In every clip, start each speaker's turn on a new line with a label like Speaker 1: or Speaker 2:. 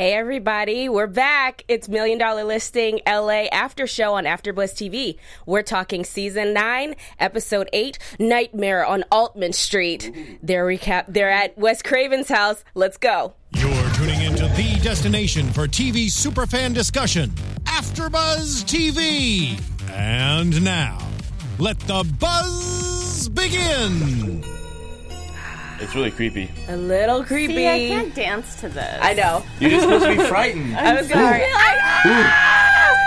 Speaker 1: Hey everybody, we're back. It's Million Dollar Listing LA After Show on AfterBuzz TV. We're talking season 9, episode 8, Nightmare on Altman Street. They're recap they're at Wes Craven's house. Let's go.
Speaker 2: You're tuning into the destination for TV superfan discussion, AfterBuzz TV. And now, let the buzz begin.
Speaker 3: It's really creepy.
Speaker 1: A little creepy.
Speaker 4: See, I can't dance to this.
Speaker 1: I know.
Speaker 3: You're just supposed to be frightened.
Speaker 1: I was gonna
Speaker 4: sorry.
Speaker 1: feel like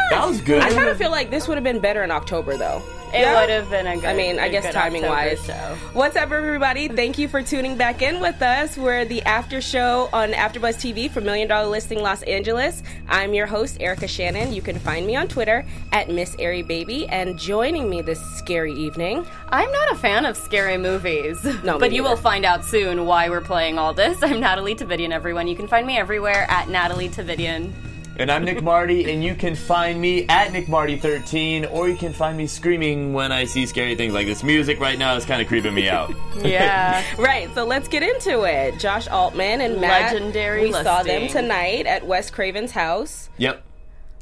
Speaker 3: That was good.
Speaker 1: I kind of feel like this would have been better in October though.
Speaker 4: It
Speaker 1: Yeah?
Speaker 4: would have been a good.
Speaker 1: I mean, I
Speaker 4: a
Speaker 1: guess
Speaker 4: good
Speaker 1: timing
Speaker 4: October
Speaker 1: wise.
Speaker 4: show.
Speaker 1: What's up, everybody? Thank you for tuning back in with us. We're the after show on AfterBuzz TV for Million Dollar Listing Los Angeles. I'm your host, Erica Shannon. You can find me on Twitter at Miss Airy Baby. And joining me this scary evening,
Speaker 4: I'm not a fan of scary movies.
Speaker 1: No, me
Speaker 4: but you
Speaker 1: neither.
Speaker 4: will find out soon why we're playing all this. I'm Natalie Tavidian. Everyone, you can find me everywhere at Natalie Tavidian.
Speaker 3: And I'm Nick Marty, and you can find me at Nick Marty13, or you can find me screaming when I see scary things like this. Music right now is kind of creeping me out.
Speaker 4: Yeah.
Speaker 1: right? So let's get into it. Josh Altman and Matt,
Speaker 4: Legendary
Speaker 1: We saw them
Speaker 4: listing.
Speaker 1: tonight at Wes Craven's house.
Speaker 3: yep.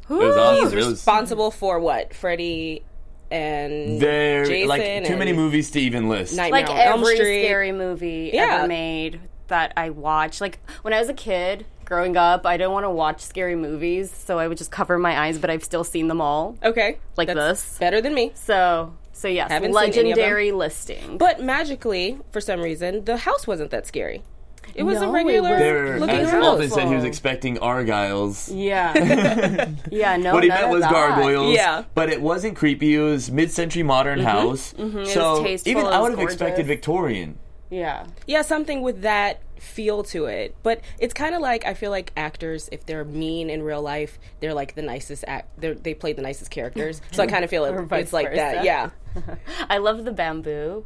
Speaker 3: It was awesome.
Speaker 1: He's
Speaker 3: It was-
Speaker 1: responsible for what? Freddy and
Speaker 3: There,
Speaker 1: Jason
Speaker 3: like too many
Speaker 1: and-
Speaker 3: movies to even list.
Speaker 1: Nightmare
Speaker 4: like
Speaker 1: on Elm
Speaker 4: every
Speaker 1: Street.
Speaker 4: scary movie
Speaker 1: Yeah.
Speaker 4: ever made that I watched. Like when I was a kid growing up, I didn't want to watch scary movies, so I would just cover my eyes. But I've still seen them all.
Speaker 1: Okay,
Speaker 4: Like
Speaker 1: That's
Speaker 4: this.
Speaker 1: Better than me.
Speaker 4: So, so yes,
Speaker 1: Haven't seen any of them.
Speaker 4: legendary listing.
Speaker 1: But magically, for some reason, the house wasn't that scary. It was
Speaker 4: No,
Speaker 1: a
Speaker 4: it
Speaker 1: regular
Speaker 4: wasn't.
Speaker 3: There,
Speaker 1: looking
Speaker 3: as
Speaker 1: house.
Speaker 3: Alvin said, he was expecting Argyles.
Speaker 4: Yeah. yeah, no.
Speaker 3: What he
Speaker 4: none
Speaker 3: meant
Speaker 4: of
Speaker 3: was
Speaker 4: that.
Speaker 3: gargoyles.
Speaker 1: Yeah.
Speaker 3: But it wasn't creepy. It was mid-century modern house. So
Speaker 4: tasteful,
Speaker 3: even
Speaker 4: Mm-hmm. it
Speaker 3: I
Speaker 4: was
Speaker 3: would have expected
Speaker 4: gorgeous.
Speaker 3: Victorian.
Speaker 4: Yeah.
Speaker 1: Yeah, something with that feel to it. But it's kind of like I feel like actors, if they're mean in real life, they're like the nicest act. They're, they play the nicest characters. So I kind of feel it,
Speaker 4: vice
Speaker 1: it's like that.
Speaker 4: versa.
Speaker 1: Yeah.
Speaker 4: I love the bamboo.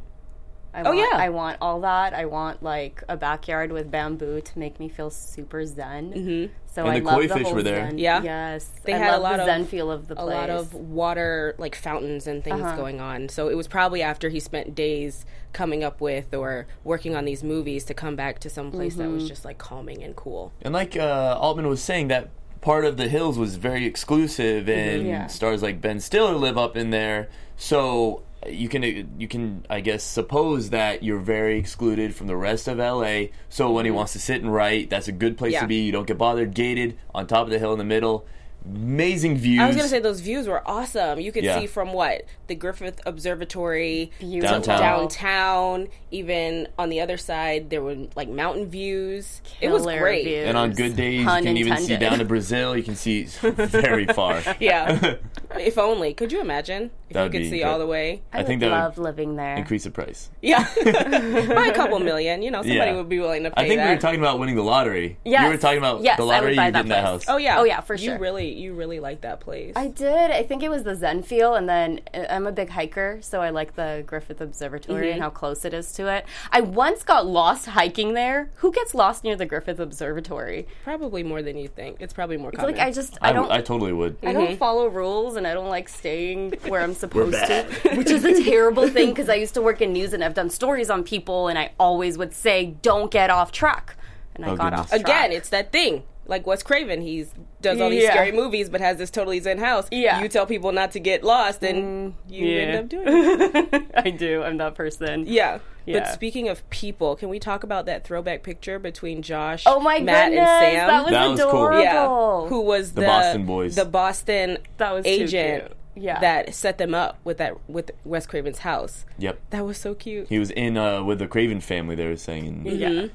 Speaker 4: I oh want,
Speaker 1: yeah.
Speaker 4: I want all that. I want like a backyard with bamboo to make me feel super zen. Mm-hmm. So
Speaker 3: And
Speaker 4: I
Speaker 3: the
Speaker 4: love
Speaker 3: koi
Speaker 4: the
Speaker 3: fish
Speaker 4: whole
Speaker 3: were there.
Speaker 4: Zen.
Speaker 1: Yeah.
Speaker 4: Yes.
Speaker 1: They
Speaker 4: I
Speaker 1: had a
Speaker 4: love
Speaker 1: lot
Speaker 4: the
Speaker 1: of-
Speaker 4: zen feel of the
Speaker 1: A
Speaker 4: place.
Speaker 1: lot of water, like fountains and things going on. So it was probably after he spent days coming up with or working on these movies to come back to some place that was just like calming and cool.
Speaker 3: And like uh, Altman was saying, that part of the hills was very exclusive, and
Speaker 4: Mm-hmm. Yeah.
Speaker 3: stars like Ben Stiller live up in there. So you can you can I guess suppose that you're very excluded from the rest of LA. So when he
Speaker 4: Mm-hmm.
Speaker 3: wants to sit and write, that's a good place
Speaker 1: Yeah.
Speaker 3: to be. You don't get bothered. Gated on top of the hill in the middle. Amazing views.
Speaker 1: I was gonna say those views were awesome. You could
Speaker 3: Yeah.
Speaker 1: see from what the Griffith Observatory,
Speaker 4: Beautiful.
Speaker 3: Downtown.
Speaker 1: downtown. Even on the other side, there were like mountain views. it was
Speaker 4: Killer
Speaker 1: great.
Speaker 4: views.
Speaker 3: and on good days, you
Speaker 4: Pun
Speaker 3: can even see
Speaker 4: intended.
Speaker 3: down to Brazil. You can see very far.
Speaker 1: Yeah, if only. Could you imagine if
Speaker 3: That'd
Speaker 1: you could
Speaker 3: be
Speaker 1: see
Speaker 3: good.
Speaker 1: all the way?
Speaker 3: I think
Speaker 4: would
Speaker 3: that
Speaker 4: love
Speaker 3: would
Speaker 4: living there.
Speaker 3: increase the price.
Speaker 1: Yeah, by a couple million. You know, somebody
Speaker 3: Yeah.
Speaker 1: would be willing to pay
Speaker 3: I think
Speaker 1: that.
Speaker 3: we were talking about winning the lottery. You
Speaker 4: Yes.
Speaker 3: were talking about
Speaker 4: Yes, I
Speaker 3: the
Speaker 4: would
Speaker 3: lottery you
Speaker 4: buy
Speaker 3: did
Speaker 4: that
Speaker 3: in that
Speaker 4: place.
Speaker 3: house.
Speaker 1: oh yeah,
Speaker 4: Oh, yeah, for sure.
Speaker 1: You really, you really like that place.
Speaker 4: I did. I think it was the Zen feel, and then uh, I'm a big hiker, so I like the Griffith Observatory
Speaker 1: Mm-hmm.
Speaker 4: and how close it is to it. I once got lost hiking there. Who gets lost near the Griffith Observatory?
Speaker 1: probably more than you think. It's probably Mm-hmm. more common.
Speaker 4: Like I just
Speaker 3: I,
Speaker 4: I don't
Speaker 3: w- I totally would.
Speaker 4: I don't follow rules and I don't like staying where I'm supposed to, which is a terrible thing because I used to work in news and I've done stories on people and I always would say, don't get off track. And I
Speaker 3: Oh,
Speaker 4: got
Speaker 3: goodness.
Speaker 4: off track.
Speaker 1: Again, it's that thing. Like Wes Craven, he's does all these
Speaker 4: Yeah.
Speaker 1: scary movies, but has this totally zen house.
Speaker 4: Yeah. Mm,
Speaker 1: you tell people not to get lost, and you end
Speaker 4: yeah.
Speaker 1: up doing. It.
Speaker 4: I do. I'm that person.
Speaker 1: Yeah. But
Speaker 4: Yeah.
Speaker 1: speaking of people, can we talk about that throwback picture between Josh,
Speaker 4: Oh my
Speaker 1: Matt,
Speaker 4: goodness.
Speaker 1: and Sam?
Speaker 4: That was
Speaker 3: That was cool.
Speaker 4: adorable.
Speaker 1: yeah, who was the,
Speaker 3: Boston boys.
Speaker 1: the Boston
Speaker 4: That was too
Speaker 1: agent
Speaker 4: cute. Yeah.
Speaker 1: that set them up with that with Wes Craven's house.
Speaker 3: Yep.
Speaker 1: That was so cute.
Speaker 3: He was in uh, with the Craven family. They were saying,
Speaker 4: Yeah.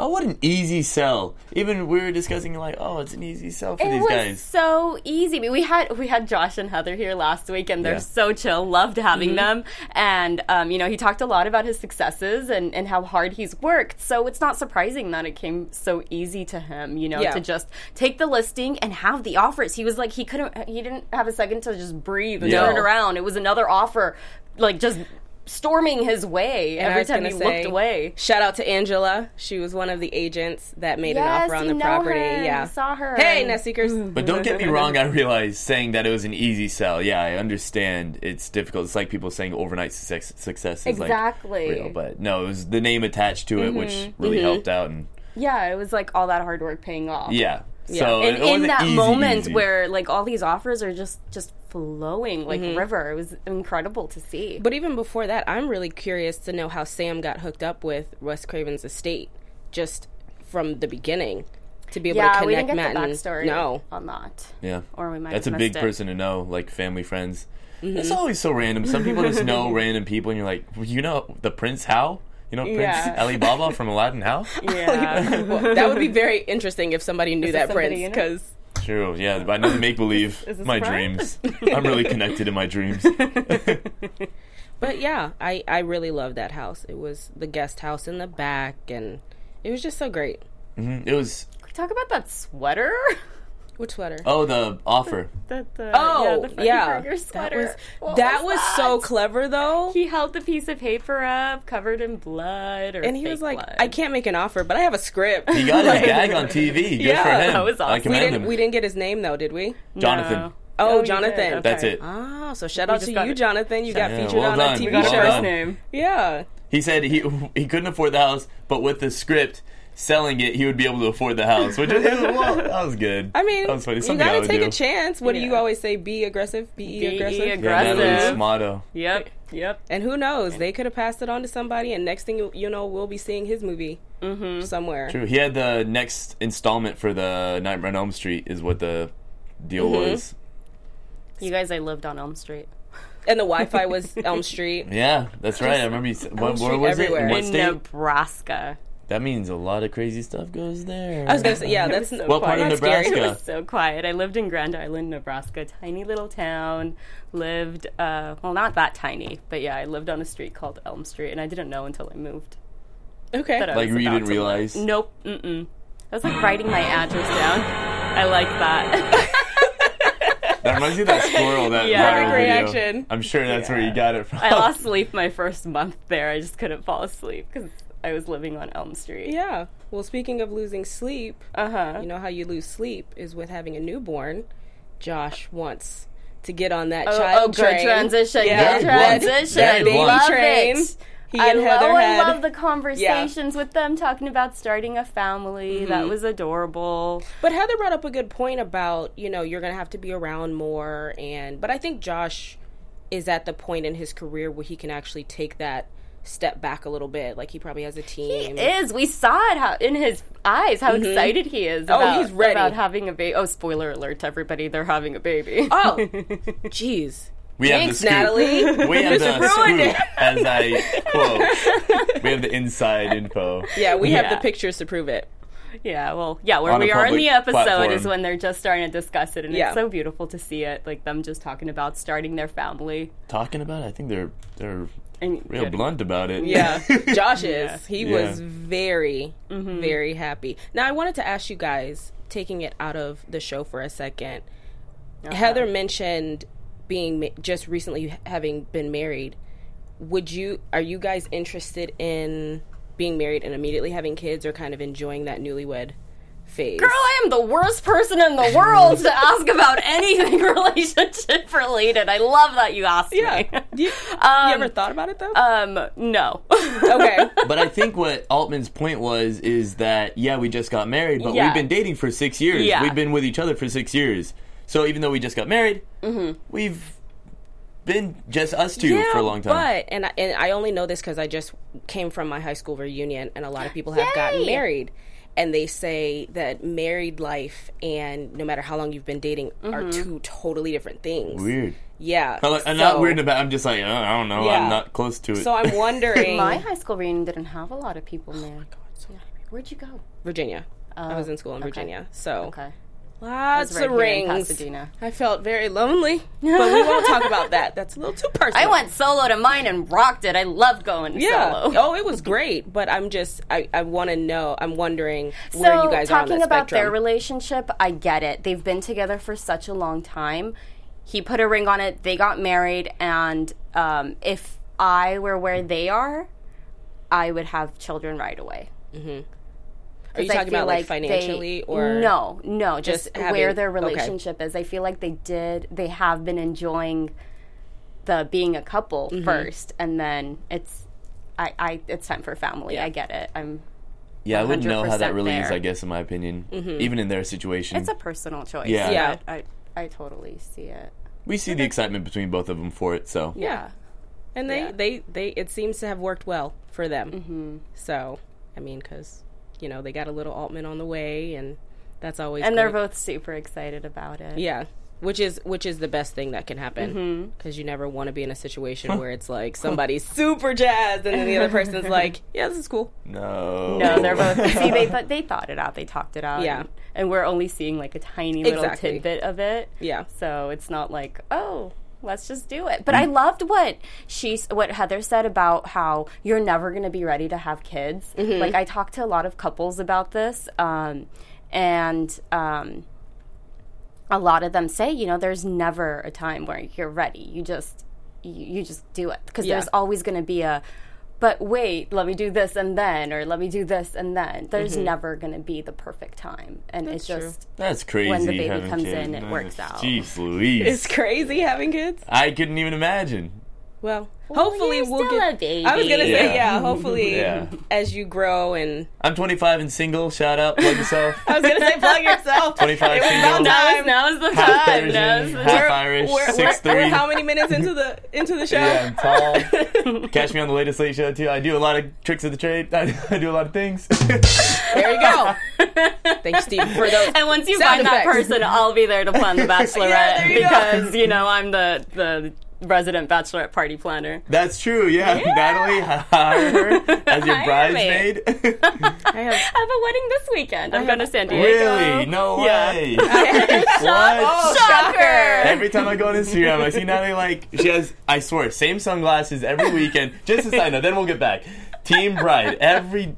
Speaker 3: "Oh, what an easy sell." Even we were discussing like, "Oh, it's an easy sell for
Speaker 4: It
Speaker 3: these
Speaker 4: was
Speaker 3: guys."
Speaker 4: so easy. I mean, we had we had Josh and Heather here last week, and they're
Speaker 3: Yeah.
Speaker 4: so chill. Loved having
Speaker 1: Mm-hmm.
Speaker 4: them, and um, you know, he talked a lot about his successes and and how hard he's worked. So it's not surprising that it came so easy to him. You know,
Speaker 1: Yeah.
Speaker 4: to just take the listing and have the offers. He was like, he couldn't, he didn't have a second to just breathe and
Speaker 3: Yeah.
Speaker 4: turn around. It was another offer, like just storming his way
Speaker 1: And I
Speaker 4: every
Speaker 1: was
Speaker 4: time
Speaker 1: gonna
Speaker 4: he
Speaker 1: say,
Speaker 4: looked away.
Speaker 1: Shout out to Angela. She was one of the agents that made an offer on
Speaker 4: you
Speaker 1: the
Speaker 4: know
Speaker 1: property.
Speaker 4: her.
Speaker 1: Yeah.
Speaker 4: You saw her. Mm-hmm.
Speaker 1: Hey,
Speaker 4: and-
Speaker 1: Nest Seekers.
Speaker 3: But don't get me wrong. I realize saying that it was an easy sell. Yeah, I understand it's difficult. It's like people saying overnight success, success is
Speaker 4: Exactly. Mm-hmm.
Speaker 3: like real, but no, it was the name attached to it, which really helped out. And
Speaker 4: Yeah, it was like all that hard work paying off.
Speaker 3: yeah, So
Speaker 4: and
Speaker 3: it wasn't
Speaker 4: in that
Speaker 3: easy,
Speaker 4: moment
Speaker 3: easy.
Speaker 4: where like all these offers are just just flowing like river, it was incredible to see.
Speaker 1: But even before that, I'm really curious to know how Sam got hooked up with Wes Craven's estate, just from the beginning, to be able
Speaker 4: yeah,
Speaker 1: to
Speaker 4: we didn't
Speaker 1: connect
Speaker 4: get
Speaker 1: Matt
Speaker 4: the
Speaker 1: and
Speaker 4: backstory
Speaker 1: no.
Speaker 4: on that.
Speaker 3: Yeah.
Speaker 4: Or we might
Speaker 3: That's
Speaker 4: have
Speaker 3: a big
Speaker 4: missed it. Mm-hmm.
Speaker 3: person to know, like family, friends. It's always so random. Some people just know random people, and you're like, well, you know, the Prince How? You know, Prince
Speaker 4: Yeah.
Speaker 3: Alibaba from Aladdin How?
Speaker 4: Yeah.
Speaker 1: Well, that would be very interesting if somebody knew that
Speaker 4: somebody
Speaker 1: prince
Speaker 4: in it?
Speaker 1: because
Speaker 3: True, yeah, but I know the make believe,
Speaker 4: this
Speaker 3: my
Speaker 4: right?
Speaker 3: dreams. I'm really connected in my dreams. Mm,
Speaker 1: But yeah, I I really loved that house. It was the guest house in the back, and it was just so great.
Speaker 3: It was,
Speaker 4: Can we talk about that sweater?
Speaker 1: Which sweater?
Speaker 3: oh, the offer.
Speaker 4: that the
Speaker 1: Oh,
Speaker 4: yeah, the
Speaker 1: yeah.
Speaker 4: Freddy Krueger
Speaker 1: that
Speaker 4: sweater.
Speaker 1: was
Speaker 4: What
Speaker 1: that was,
Speaker 4: was
Speaker 1: so
Speaker 4: that?
Speaker 1: clever though.
Speaker 4: He held the piece of paper up, covered in blood, or
Speaker 1: and he was
Speaker 4: fake
Speaker 1: like,
Speaker 4: blood.
Speaker 1: "I can't make an offer, but I have a script."
Speaker 3: He got his gag on TV. Good
Speaker 1: Yeah,
Speaker 3: for him.
Speaker 4: that was
Speaker 3: I
Speaker 4: awesome.
Speaker 1: we
Speaker 3: commend
Speaker 1: didn't
Speaker 3: him.
Speaker 1: we didn't get his name though, did we?
Speaker 3: Jonathan.
Speaker 4: No.
Speaker 1: Oh,
Speaker 4: you
Speaker 1: Jonathan.
Speaker 4: did.
Speaker 3: That's
Speaker 4: Okay.
Speaker 3: it.
Speaker 1: Oh, so shout out
Speaker 4: just
Speaker 1: to
Speaker 4: got
Speaker 1: you,
Speaker 4: it.
Speaker 1: Jonathan. You got
Speaker 3: Yeah,
Speaker 1: featured
Speaker 3: well
Speaker 1: on
Speaker 3: done.
Speaker 1: a TV
Speaker 3: We
Speaker 4: We got
Speaker 3: Well
Speaker 4: our
Speaker 1: show.
Speaker 4: first
Speaker 3: done.
Speaker 4: name.
Speaker 1: Yeah.
Speaker 3: He said he he couldn't afford the house, but with the script selling it, he would be able to afford the house, which is well, that was good.
Speaker 1: I mean,
Speaker 3: that was funny.
Speaker 1: you
Speaker 3: Something I
Speaker 1: gotta
Speaker 3: would
Speaker 1: take
Speaker 3: do.
Speaker 1: a chance. What do you
Speaker 4: Yeah.
Speaker 1: always say? Be aggressive. Be,
Speaker 4: Be
Speaker 1: aggressive.
Speaker 4: aggra-
Speaker 3: Yeah, Natalie's
Speaker 4: Aggressive.
Speaker 3: motto.
Speaker 4: Yep. Yep.
Speaker 1: and who knows? They could have passed it on to somebody, and next thing you, you know, we'll be seeing his movie Mm-hmm. somewhere.
Speaker 3: True. He had the next installment for the Nightmare on Elm Street, is what the deal
Speaker 1: Mm-hmm.
Speaker 3: was.
Speaker 4: You guys, I lived on Elm Street.
Speaker 1: And the Wi-Fi was Elm Street.
Speaker 3: Yeah, that's right. I remember. You said, what,
Speaker 1: Street
Speaker 3: where was
Speaker 1: everywhere.
Speaker 3: it? In what
Speaker 4: in
Speaker 3: state?
Speaker 4: Nebraska.
Speaker 3: That means a lot of crazy stuff goes there.
Speaker 1: I was gonna say, yeah, that's
Speaker 3: What part of
Speaker 1: that's scary.
Speaker 3: Nebraska?
Speaker 4: It was so quiet. I lived in Grand Island, Nebraska, tiny little town. Lived, uh, well, not that tiny, but yeah, I lived on a street called Elm Street, and I didn't know until I moved.
Speaker 1: Okay.
Speaker 4: that I
Speaker 3: like
Speaker 4: was
Speaker 3: you didn't
Speaker 4: about to move.
Speaker 3: realize.
Speaker 4: Nope. Mm-mm. I was like writing my address down. I like that.
Speaker 3: That reminds me of that squirrel. That
Speaker 4: Yeah.
Speaker 3: viral
Speaker 1: Perfect
Speaker 3: video.
Speaker 1: reaction.
Speaker 3: I'm sure that's where you got it from.
Speaker 4: I lost sleep my first month there. I just couldn't fall asleep because I was living on Elm Street.
Speaker 1: Yeah. Well, speaking of losing sleep,
Speaker 4: Uh huh.
Speaker 1: you know how you lose sleep is with having a newborn. Josh wants to get on that child
Speaker 4: Oh, good
Speaker 1: train.
Speaker 4: transition.
Speaker 1: Yeah.
Speaker 3: Very
Speaker 4: Good
Speaker 3: blunt.
Speaker 4: transition.
Speaker 3: Very
Speaker 4: I
Speaker 3: blunt.
Speaker 4: love
Speaker 1: Train.
Speaker 4: it.
Speaker 1: He
Speaker 4: I
Speaker 1: and
Speaker 4: love,
Speaker 1: Heather
Speaker 4: oh,
Speaker 1: had-
Speaker 4: I love the conversations with them talking about starting a family.
Speaker 1: Mm-hmm.
Speaker 4: That was adorable.
Speaker 1: But Heather brought up a good point about you know you're gonna have to be around more, and but I think Josh is at the point in his career where he can actually take that step back a little bit. Like he probably has a team.
Speaker 4: Is we saw it how, in his eyes how excited he is. About,
Speaker 1: Mm-hmm. Oh, he's ready.
Speaker 4: about having a baby. Oh, spoiler alert to everybody! They're having a baby.
Speaker 1: oh, jeez.
Speaker 3: We have the
Speaker 1: Thanks,
Speaker 3: scoop.
Speaker 1: Natalie.
Speaker 3: We have the
Speaker 1: ruined
Speaker 3: scoop, as I quote. we have the inside info.
Speaker 1: Yeah, we have
Speaker 4: Yeah.
Speaker 1: the pictures to prove it.
Speaker 4: Yeah, well, yeah, where
Speaker 3: On a
Speaker 4: we are in
Speaker 3: public
Speaker 4: the episode is
Speaker 3: platform.
Speaker 4: when they're just starting to discuss it, and
Speaker 1: Yeah.
Speaker 4: it's so beautiful to see it, like them just talking about starting their family.
Speaker 3: Talking about, it, I think they're they're
Speaker 4: And
Speaker 3: real
Speaker 4: good.
Speaker 3: blunt about it.
Speaker 1: Yeah, Josh is. He
Speaker 3: Yeah.
Speaker 1: was very, very happy. Now, I wanted to ask you guys, taking it out of the show for a second. Heather mentioned being ma- just recently having been married. Would you? Are you guys interested in being married and immediately having kids, or kind of enjoying that newlywed phase?
Speaker 4: Girl, I am the worst person in the world to ask about anything relationship related. I love that you asked me.
Speaker 1: yeah. You, you
Speaker 4: Um,
Speaker 1: ever thought about it though?
Speaker 4: Um, no.
Speaker 1: okay.
Speaker 3: But I think what Altman's point was is that yeah, we just got married, but
Speaker 4: Yeah.
Speaker 3: we've been dating for six years.
Speaker 4: Yeah.
Speaker 3: We've been with each other for six years. So even though we just got married,
Speaker 4: Mm-hmm.
Speaker 3: we've been just us two for a long time.
Speaker 1: But and I, and I only know this because I just came from my high school reunion, and a lot of people have gotten
Speaker 4: Yay!
Speaker 1: married, and they say that married life and no matter how long you've been dating
Speaker 4: Mm-hmm.
Speaker 1: are two totally different things.
Speaker 3: weird.
Speaker 1: Yeah,
Speaker 3: I'm, like, I'm
Speaker 1: so-
Speaker 3: not weird about. I'm just like uh, I don't know.
Speaker 1: Yeah.
Speaker 3: I'm not close to it.
Speaker 1: So I'm wondering,
Speaker 4: My high school reunion didn't have a lot of people
Speaker 3: Oh
Speaker 4: there. Yeah. Where'd you go?
Speaker 1: Virginia. I was in school in Virginia, so
Speaker 4: Oh, Okay.
Speaker 1: lots
Speaker 4: right
Speaker 1: of
Speaker 4: here in
Speaker 1: rings.
Speaker 4: Pasadena.
Speaker 1: I felt very lonely, but we won't talk about that. That's a little too personal.
Speaker 4: I went solo to mine and rocked it. I love going
Speaker 1: Yeah.
Speaker 4: solo.
Speaker 1: Oh, it was great, but I'm just I, I want to know. I'm wondering where you guys are on
Speaker 4: talking
Speaker 1: that
Speaker 4: about
Speaker 1: spectrum.
Speaker 4: their relationship, I get it. They've been together for such a long time. He put a ring on it. They got married, and um, if I were where they are, I would have children right away.
Speaker 1: Are you
Speaker 4: I
Speaker 1: talking
Speaker 4: feel
Speaker 1: about like,
Speaker 4: they-
Speaker 1: financially or
Speaker 4: no, no, just,
Speaker 1: just having-
Speaker 4: where their
Speaker 1: okay.
Speaker 4: relationship is. I feel like they did, they have been enjoying the being a couple
Speaker 1: Mm-hmm. Mm-hmm.
Speaker 4: first, and then it's, I, I, it's time for family. I get it. I'm
Speaker 3: Yeah, I wouldn't know how that
Speaker 4: 100%
Speaker 3: really is.
Speaker 4: there. Mm-hmm.
Speaker 3: I guess, in my opinion, even in their situation,
Speaker 4: It's a personal choice.
Speaker 3: Yeah.
Speaker 1: Yeah.
Speaker 4: but I, I totally see it.
Speaker 3: we see the excitement between both of them for it. So
Speaker 1: Yeah. And they,
Speaker 4: Yeah. Mm-hmm.
Speaker 1: they, they, it seems to have worked well for them. So, I mean, because, you know, they got a little Altman on the way, and that's always
Speaker 4: And they're
Speaker 1: great.
Speaker 4: both super excited about it.
Speaker 1: Yeah. Which is which is the best thing that can
Speaker 4: Mm-hmm.
Speaker 1: happen because you never want to be in a situation where it's like somebody's super jazzed and then the other person's like, "Yeah, this is cool."
Speaker 3: no,
Speaker 4: No, they're both. see, they th- they thought it out. They talked it out.
Speaker 1: Yeah.
Speaker 4: and, and we're only seeing like a tiny little
Speaker 1: Exactly.
Speaker 4: tidbit of it.
Speaker 1: Yeah.
Speaker 4: So it's not like oh. Let's just do it. But
Speaker 1: Mm.
Speaker 4: I loved what she's what Heather said about how you're never going to be ready to have kids.
Speaker 1: Mm-hmm.
Speaker 4: Like I talked to a lot of couples about this, um, and um, a lot of them say, you know, there's never a time where you're ready. You just you, you just do it because
Speaker 1: Yeah.
Speaker 4: there's always going to be a but wait, let me do this and then or let me do this and then. There's never going to be the perfect time. And it's
Speaker 1: Mm-hmm. true.
Speaker 4: just
Speaker 3: That's crazy.
Speaker 4: When the baby
Speaker 3: having
Speaker 4: comes
Speaker 3: kids.
Speaker 4: in, it works out.
Speaker 3: Jeez, Louise,
Speaker 1: It's crazy having kids.
Speaker 3: I couldn't even imagine.
Speaker 1: Well, hopefully
Speaker 4: "Oh, you're
Speaker 1: we'll
Speaker 4: still
Speaker 1: get.
Speaker 4: a baby.
Speaker 1: I was gonna say,
Speaker 3: Yeah.
Speaker 1: yeah. Hopefully,
Speaker 3: Yeah.
Speaker 1: as you grow and
Speaker 3: I'm 25 and single. Shout out, plug yourself.
Speaker 1: I was gonna say, plug yourself.
Speaker 3: 25
Speaker 1: It was
Speaker 3: single.
Speaker 1: about time.
Speaker 4: Now is the
Speaker 3: half
Speaker 4: time. Now is
Speaker 3: Persian,
Speaker 4: the
Speaker 3: half
Speaker 4: time.
Speaker 3: Irish,
Speaker 1: We're, we're-
Speaker 3: 6'3".
Speaker 1: we're how many minutes into the into the show?
Speaker 3: Yeah, I'm tall. Catch me on the latest late show too. I do a lot of tricks of the trade. I, I do a lot of things.
Speaker 1: There you go. Thanks, Steve, for those.
Speaker 4: And once you
Speaker 1: Sound
Speaker 4: find that
Speaker 1: effects.
Speaker 4: person, I'll be there to plan the bachelorette
Speaker 1: Yeah, there you go.
Speaker 4: because you know I'm the the resident bachelorette party planner.
Speaker 3: That's true. Yeah, Natalie, hire her as your
Speaker 4: Hire me.
Speaker 3: bridesmaid.
Speaker 1: I have,
Speaker 4: I have a wedding this weekend. I'm going to San Diego.
Speaker 3: really? No
Speaker 4: Yeah.
Speaker 3: way.
Speaker 1: oh,
Speaker 3: what?
Speaker 1: shocker!
Speaker 3: Every time I go on Instagram, I see Natalie like she has. I swear, same sunglasses every weekend. Just a side note. Then we'll get back. Team bride every.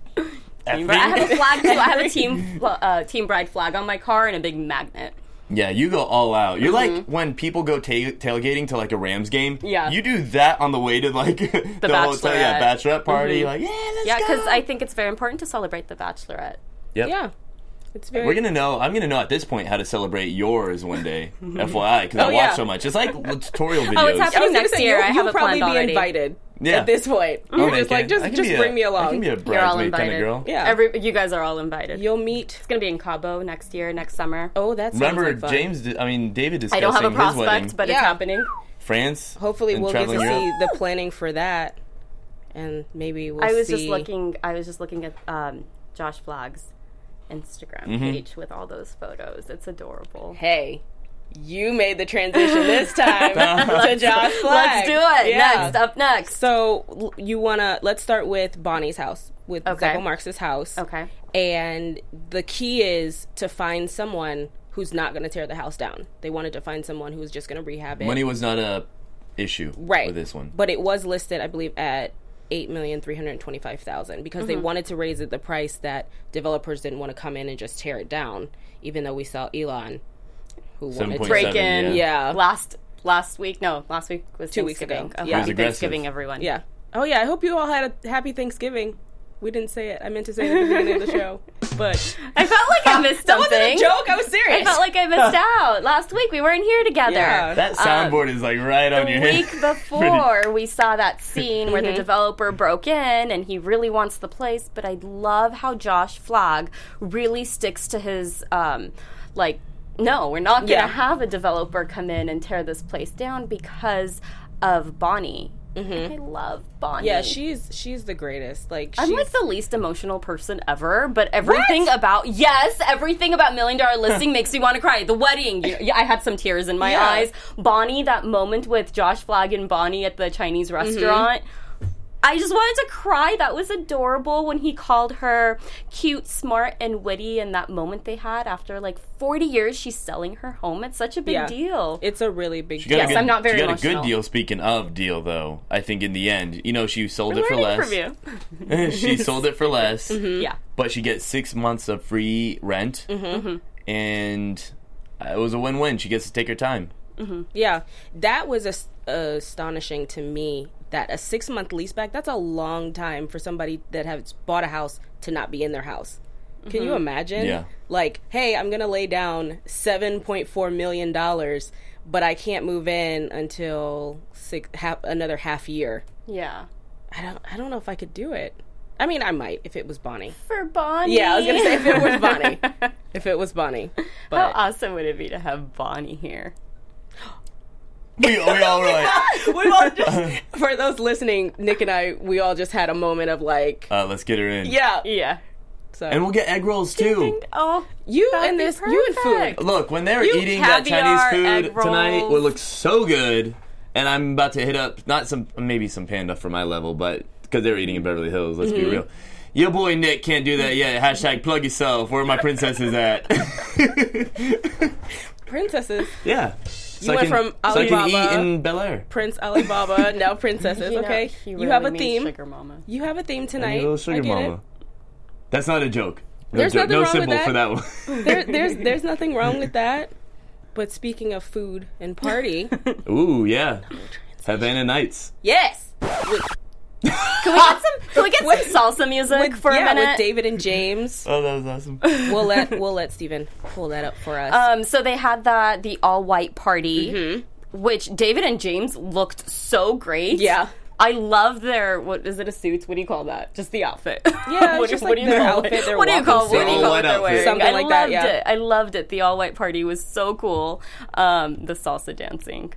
Speaker 3: every-
Speaker 4: I have a flag too. I have a team fl- uh, team bride flag on my car and a big magnet.
Speaker 3: Yeah, you go all out. You're like when people go ta- tailgating to like a Rams game.
Speaker 4: Yeah.
Speaker 3: you do that on the way to like the, hotel, yeah, bachelorette party. Like, yeah, let's
Speaker 4: Yeah,
Speaker 3: go.
Speaker 4: because I think it's very important to celebrate the bachelorette.
Speaker 3: Yep.
Speaker 1: Yeah, it's very.
Speaker 3: We're gonna know. I'm gonna know at this point how to celebrate yours one day, FYI, because I watch
Speaker 1: yeah.
Speaker 3: so much. It's like tutorial videos.
Speaker 4: Oh, it's happening.
Speaker 1: I was gonna
Speaker 4: next
Speaker 1: say,
Speaker 4: year.
Speaker 1: You,
Speaker 4: I
Speaker 1: will
Speaker 4: have it
Speaker 1: probably be
Speaker 4: planned already.
Speaker 1: invited
Speaker 3: Yeah. Oh,
Speaker 1: at this point. You're just like, just, just bring me
Speaker 3: I can
Speaker 1: along.
Speaker 3: be a
Speaker 4: You're all
Speaker 3: bridesmaid kind
Speaker 4: invited.
Speaker 3: of girl.
Speaker 1: Yeah.
Speaker 4: Every you guys are all invited.
Speaker 1: You'll meet.
Speaker 4: it's gonna be in Cabo next year, next summer.
Speaker 1: Oh, that's
Speaker 3: Remember
Speaker 1: like fun.
Speaker 3: James? Did, I mean David
Speaker 4: I
Speaker 3: discussing
Speaker 4: don't have a
Speaker 3: his
Speaker 4: prospect,
Speaker 3: wedding.
Speaker 4: but
Speaker 1: Yeah.
Speaker 4: it's happening.
Speaker 3: France.
Speaker 1: Hopefully,
Speaker 3: and
Speaker 1: we'll get to
Speaker 3: traveling Europe.
Speaker 1: see the planning for that, and maybe we'll.
Speaker 4: I was
Speaker 1: see.
Speaker 4: just looking. I was just looking at um, Josh Flagg's Instagram
Speaker 1: Mm-hmm.
Speaker 4: page with all those photos. It's adorable.
Speaker 1: Hey, you made the transition this time to Josh
Speaker 4: Let's
Speaker 1: Flagg.
Speaker 4: do it.
Speaker 1: Yeah.
Speaker 4: Next up, next.
Speaker 1: So l- you wanna? Let's start with Bonnie's house, with
Speaker 4: Okay.
Speaker 1: Zekel Marx's house.
Speaker 4: okay.
Speaker 1: and the key is to find someone who's not going to tear the house down. They wanted to find someone who's just going to rehab it.
Speaker 3: Money was not a issue.
Speaker 1: right
Speaker 3: With this one.
Speaker 1: but it was listed, I believe, at eight million three hundred twenty-five thousand because
Speaker 4: Mm-hmm.
Speaker 1: they wanted to raise it the price that developers didn't want to come in and just tear it down, even though we saw Elon who wanted to
Speaker 3: 7.7,
Speaker 4: Break in.
Speaker 3: yeah.
Speaker 1: Yeah.
Speaker 4: Last last week, no, last week was
Speaker 1: Two weeks ago.
Speaker 4: Thanksgiving. Oh,
Speaker 1: Yeah. It was
Speaker 4: happy
Speaker 3: aggressive.
Speaker 4: Thanksgiving, everyone.
Speaker 1: Yeah. Oh yeah. I hope you all had a happy Thanksgiving. We didn't say it. I meant to say it at the beginning of the show, but
Speaker 4: I felt like I missed
Speaker 1: that
Speaker 4: something.
Speaker 1: wasn't a joke. I was serious.
Speaker 4: I felt like I missed out. Last week we weren't here together.
Speaker 1: Yeah.
Speaker 3: That soundboard is like right on your
Speaker 4: The
Speaker 3: head.
Speaker 4: week before, we saw that scene
Speaker 1: Mm-hmm.
Speaker 4: where the developer broke in and he really wants the place. But I love how Josh Flagg really sticks to his, um, like, no, we're not going to
Speaker 1: Yeah.
Speaker 4: have a developer come in and tear this place down because of Bonnie. I love
Speaker 1: Mm-hmm.
Speaker 4: Bonnie.
Speaker 1: yeah, she's she's the greatest. Like
Speaker 4: I'm
Speaker 1: she's,
Speaker 4: like the least emotional person ever, but everything about yes, everything about Million Dollar Listing makes me want to cry. The wedding, you- yeah, I had some tears in my
Speaker 1: Yeah.
Speaker 4: eyes. Bonnie, that moment with Josh Flagg and Bonnie at the Chinese restaurant. I just wanted to cry. That was adorable when he called her cute, smart, and witty, and that moment they had after like 40 years, she's selling her home. It's such a big
Speaker 1: Yeah.
Speaker 4: deal.
Speaker 1: it's a really big
Speaker 3: She got a
Speaker 1: deal.
Speaker 4: Yes,
Speaker 3: good-
Speaker 4: I'm not very
Speaker 3: She got a
Speaker 4: emotional.
Speaker 3: good deal. Speaking of deal, though, I think in the end, you know, she sold it for
Speaker 4: Learning
Speaker 3: less.
Speaker 4: from you. Mm-hmm.
Speaker 3: she sold it for less,
Speaker 4: Yeah.
Speaker 3: but she gets six months of free rent,
Speaker 4: Mm-hmm,
Speaker 3: and uh, it was a win-win. She gets to take her time.
Speaker 1: Yeah, that was as- astonishing to me. That a six month lease back, that's a long time for somebody that has bought a house to not be in their house. Can
Speaker 4: Mm-hmm.
Speaker 1: you imagine?
Speaker 3: Yeah.
Speaker 1: Like, hey, I'm going to lay down $7.4 million, but I can't move in until six, half, another half year.
Speaker 4: Yeah.
Speaker 1: I don't, I don't know if I could do it. I mean, I might if it was Bonnie.
Speaker 4: For Bonnie.
Speaker 1: Yeah, I was gonna say if it was Bonnie. if it was Bonnie,
Speaker 4: How
Speaker 1: but
Speaker 4: awesome would it be to have Bonnie here?
Speaker 3: We, we
Speaker 4: Oh
Speaker 3: all were like,
Speaker 1: we all just for those listening, Nick and I, we all just had a moment of like,
Speaker 3: uh, let's get her in.
Speaker 1: yeah.
Speaker 4: Yeah.
Speaker 1: So
Speaker 3: And we'll get egg rolls too.
Speaker 4: Oh,
Speaker 1: you
Speaker 4: that'd
Speaker 1: and
Speaker 4: be
Speaker 1: this, you and food.
Speaker 4: perfect.
Speaker 3: Look, when they're
Speaker 4: You
Speaker 3: eating that
Speaker 4: caviar,
Speaker 3: Chinese
Speaker 4: egg
Speaker 3: food tonight,
Speaker 4: rolls.
Speaker 3: it looks so good. And I'm about to hit up not some maybe some panda for my level, but because they're eating in Beverly Hills, let's
Speaker 1: Mm-hmm.
Speaker 3: be real. Your boy Nick can't do that yet. Hashtag plug yourself. Where my princess is at.
Speaker 1: princesses,
Speaker 3: yeah. So
Speaker 1: went
Speaker 3: can,
Speaker 1: from
Speaker 3: so I can
Speaker 1: Alibaba-
Speaker 3: eat in Bel Air.
Speaker 1: Prince Alibaba, now princesses.
Speaker 4: You know,
Speaker 1: okay,
Speaker 4: he
Speaker 1: you
Speaker 4: really
Speaker 1: have a
Speaker 4: means
Speaker 1: theme.
Speaker 4: Sugar mama.
Speaker 1: You have a theme
Speaker 3: Your
Speaker 1: tonight.
Speaker 3: little
Speaker 1: I
Speaker 3: sugar
Speaker 1: get
Speaker 3: mama. That's not a joke. No
Speaker 1: There's
Speaker 3: joke.
Speaker 1: nothing wrong
Speaker 3: No
Speaker 1: with
Speaker 3: symbol
Speaker 1: that.
Speaker 3: for that one.
Speaker 1: it. There, there's there's nothing wrong with that. But speaking of food and party,
Speaker 3: Ooh, yeah. Havana Nights.
Speaker 1: yes,
Speaker 4: Can we get some? Can we get some salsa music for
Speaker 1: yeah,
Speaker 4: a minute?
Speaker 1: with David and James,
Speaker 3: Oh, that was awesome.
Speaker 1: we'll let we'll let Steven pull that up for us.
Speaker 4: Um, so they had that the all white party, which David and James looked so great.
Speaker 1: Mm-hmm. Yeah.
Speaker 4: I love their what is it a suits? What do you call that? Just the outfit.
Speaker 1: Yeah, it's
Speaker 4: what, do-
Speaker 1: just
Speaker 4: what
Speaker 1: like
Speaker 4: do you
Speaker 1: their
Speaker 4: call
Speaker 1: outfit,
Speaker 4: it?
Speaker 1: their
Speaker 4: What do you call
Speaker 1: walking
Speaker 4: what do you
Speaker 3: suit.
Speaker 4: call
Speaker 3: All-white
Speaker 4: what they're
Speaker 3: outfit.
Speaker 4: wearing?
Speaker 1: Something
Speaker 4: I
Speaker 1: like
Speaker 4: loved
Speaker 1: that, yeah.
Speaker 4: it. I loved it. The all white party was so cool. Um, the salsa dancing.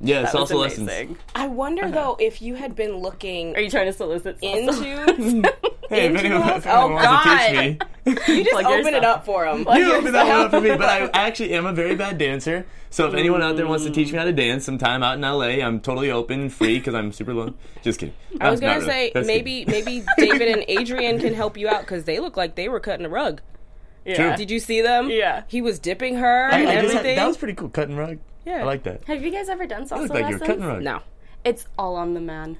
Speaker 3: Yeah,
Speaker 4: That was
Speaker 3: salsa
Speaker 4: amazing.
Speaker 3: lessons.
Speaker 1: I wonder though if you had been looking
Speaker 4: Are you trying to solicit salsa?
Speaker 1: into
Speaker 3: Hey, if
Speaker 1: Into
Speaker 3: anyone,
Speaker 1: those-
Speaker 3: if anyone
Speaker 1: oh,
Speaker 3: wants to teach me,
Speaker 1: God. you just
Speaker 4: Plug
Speaker 1: open it
Speaker 4: yourself.
Speaker 1: up for him.
Speaker 3: you open that one up for me. But I, I actually am a very bad dancer. So if anyone out there wants to teach me how to dance sometime out in LA, I'm totally open and free because I'm super low. Just kidding.
Speaker 1: I was gonna say maybe maybe David and Adrian can help you out because they look like they were cutting a rug.
Speaker 4: yeah.
Speaker 1: Did you see them?
Speaker 4: Yeah.
Speaker 1: He was dipping her
Speaker 3: I,
Speaker 1: and
Speaker 3: I just had-
Speaker 1: everything.
Speaker 3: that was pretty cool. Cut and rug.
Speaker 1: Yeah.
Speaker 3: I like that.
Speaker 4: Have you guys ever done salsa
Speaker 3: I look like
Speaker 4: lessons?
Speaker 3: you're cutting rug.
Speaker 1: no,
Speaker 4: It's all on the man.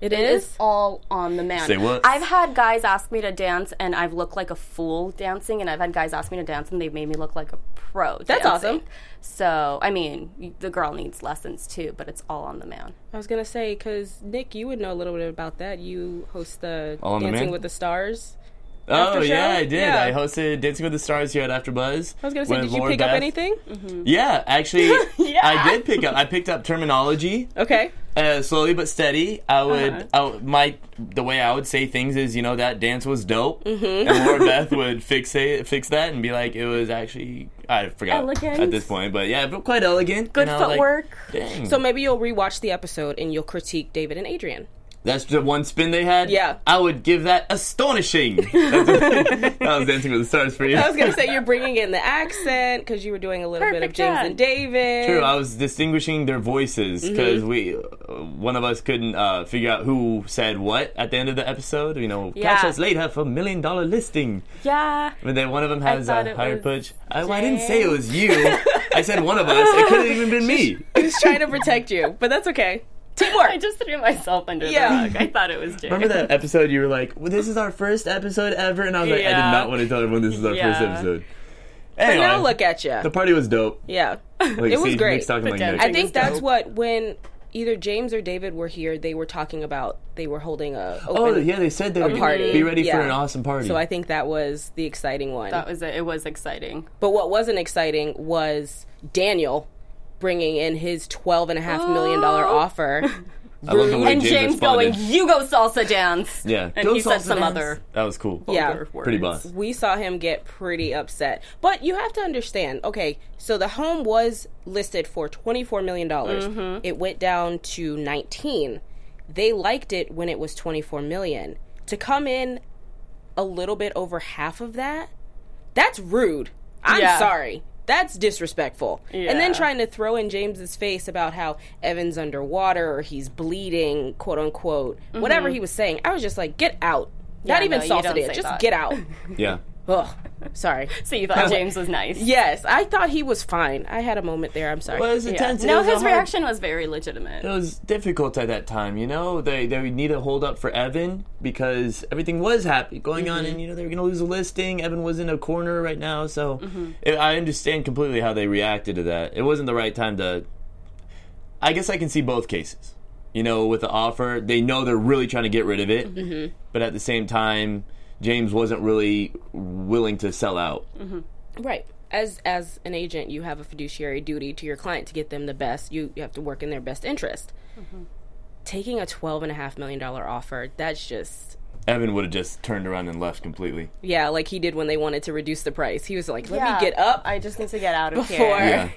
Speaker 1: it
Speaker 4: It
Speaker 1: is.
Speaker 4: is all on the man.
Speaker 3: Say what?
Speaker 4: I've had guys ask me to dance, and I've looked like a fool dancing, and I've had guys ask me to dance, and they've made me look like a pro.
Speaker 1: That's
Speaker 4: dancing.
Speaker 1: awesome.
Speaker 4: So, I mean, y- the girl needs lessons too, but it's all on the man.
Speaker 1: I was gonna say because Nick, you would know a little bit about that. You host the
Speaker 3: All in the
Speaker 1: Dancing
Speaker 3: Man?
Speaker 1: with the Stars.
Speaker 3: Oh
Speaker 1: After show?
Speaker 3: yeah, I did.
Speaker 1: Yeah.
Speaker 3: I hosted Dancing with the Stars here at AfterBuzz.
Speaker 1: I was gonna say, did you pick up anything? Mm-hmm.
Speaker 3: Yeah, actually,
Speaker 4: Yeah.
Speaker 3: I did pick up. I picked up terminology.
Speaker 1: Okay.
Speaker 3: uh, slowly but steady. I
Speaker 4: Uh-huh.
Speaker 3: would I, my the way I would say things is you know that dance was dope,
Speaker 4: Mm-hmm.
Speaker 3: and Laura Beth would fix it, fix that and be like it was actually I forgot
Speaker 4: Elegant.
Speaker 3: at this point, but yeah, but quite elegant.
Speaker 4: Good
Speaker 3: and I was like,
Speaker 4: footwork.
Speaker 3: Dang.
Speaker 1: So maybe you'll rewatch the episode and you'll critique David and Adrian.
Speaker 3: That's the one spin they had.
Speaker 1: Yeah.
Speaker 3: I would give that astonishing. That's that was Dancing with the Stars for you.
Speaker 1: I was gonna say you're bringing in the accent because you were doing a little bit of
Speaker 4: Perfect
Speaker 1: James
Speaker 4: job.
Speaker 1: and David.
Speaker 3: True, I was distinguishing their voices
Speaker 4: Mm-hmm.
Speaker 3: because we, uh, one of us couldn't uh, figure out who said what at the end of the episode. You know, catch
Speaker 4: Yeah.
Speaker 3: us later for million dollar listing.
Speaker 4: Yeah.
Speaker 3: But then one of them has
Speaker 4: thought
Speaker 3: a
Speaker 4: it
Speaker 3: higher
Speaker 4: was
Speaker 3: pitch. I, well, I didn't say it was you. I said one of us. It could have even been me.
Speaker 1: He's trying to protect you, but that's okay.
Speaker 4: I
Speaker 1: Teamwork.
Speaker 4: just threw myself under
Speaker 1: Yeah.
Speaker 4: the rug. I thought it was Jay.
Speaker 3: Remember that episode you were like, well, this is our first episode ever? And I was like, I
Speaker 4: Yeah.
Speaker 3: did not want to tell everyone this is our first
Speaker 4: Yeah.
Speaker 3: episode.
Speaker 1: But
Speaker 3: Anyway,
Speaker 1: now look at you.
Speaker 3: the party was dope.
Speaker 1: Yeah.
Speaker 3: Like,
Speaker 1: It was
Speaker 3: see,
Speaker 1: great.
Speaker 3: Nick's talking
Speaker 4: The
Speaker 3: like
Speaker 4: dancing
Speaker 1: I
Speaker 3: Nick.
Speaker 1: think
Speaker 4: is
Speaker 1: that's
Speaker 4: dope.
Speaker 1: what when either James or David were here, they were talking about they were holding a open.
Speaker 3: Oh, yeah, they said they were
Speaker 1: party.
Speaker 3: be ready
Speaker 1: Yeah.
Speaker 3: for an awesome party.
Speaker 1: So I think that was the exciting one.
Speaker 4: That was it. It was exciting.
Speaker 1: but what wasn't exciting was Daniel bringing in his twelve and a half million dollar
Speaker 4: Oh.
Speaker 1: offer.
Speaker 3: I love the way
Speaker 4: and James,
Speaker 3: responded.
Speaker 4: going, "You go salsa dance."
Speaker 3: Yeah.
Speaker 4: And
Speaker 3: Go
Speaker 4: he said
Speaker 3: salsa
Speaker 4: some
Speaker 3: dance.
Speaker 4: other
Speaker 3: That was cool.
Speaker 1: Yeah.
Speaker 4: other words.
Speaker 3: Pretty boss.
Speaker 1: we saw him get pretty upset. But you have to understand, okay, so the home was listed for twenty four million dollars.
Speaker 4: Mm-hmm.
Speaker 1: It went down to nineteen. They liked it when it was twenty four million. To come in a little bit over half of that, that's rude. I'm
Speaker 4: Yeah.
Speaker 1: sorry. That's disrespectful. And then
Speaker 4: Yeah.
Speaker 1: trying to throw in James's face about how Evan's underwater or he's bleeding, quote unquote, whatever he was saying, I was just like, get out. Not
Speaker 4: Mm-hmm. Yeah,
Speaker 1: even
Speaker 4: no, you
Speaker 1: salted
Speaker 4: don't
Speaker 1: it.
Speaker 4: say
Speaker 1: Just
Speaker 4: that.
Speaker 1: get out.
Speaker 3: Yeah.
Speaker 1: Ugh, sorry.
Speaker 4: So you thought James was nice.
Speaker 1: Yes, I thought he was fine. I had a moment there. I'm sorry.
Speaker 3: Well, it was intense. It
Speaker 4: No,
Speaker 3: was a
Speaker 4: his
Speaker 3: hard-
Speaker 4: reaction was very legitimate.
Speaker 3: it was difficult at that time. You know, they they would need a hold up for Evan because everything was happy going on, and you know they were going to lose a listing. Evan was in a corner right now, so it, I understand completely how they reacted to that. It wasn't the right time to. I guess I can see both cases. You know, with the offer, they know they're really trying to get rid of it, but at the same time, James wasn't really willing to sell out.
Speaker 1: right. As as an agent, you have a fiduciary duty to your client to get them the best. You you have to work in their best interest. Taking a twelve and a half million dollar offer, that's just
Speaker 3: Evan would have just turned around and left completely.
Speaker 1: Yeah, like he did when they wanted to reduce the price. He was like, "Let
Speaker 4: Yeah,
Speaker 1: me get up
Speaker 4: I just need to get out of
Speaker 1: before."
Speaker 4: here.
Speaker 3: Yeah.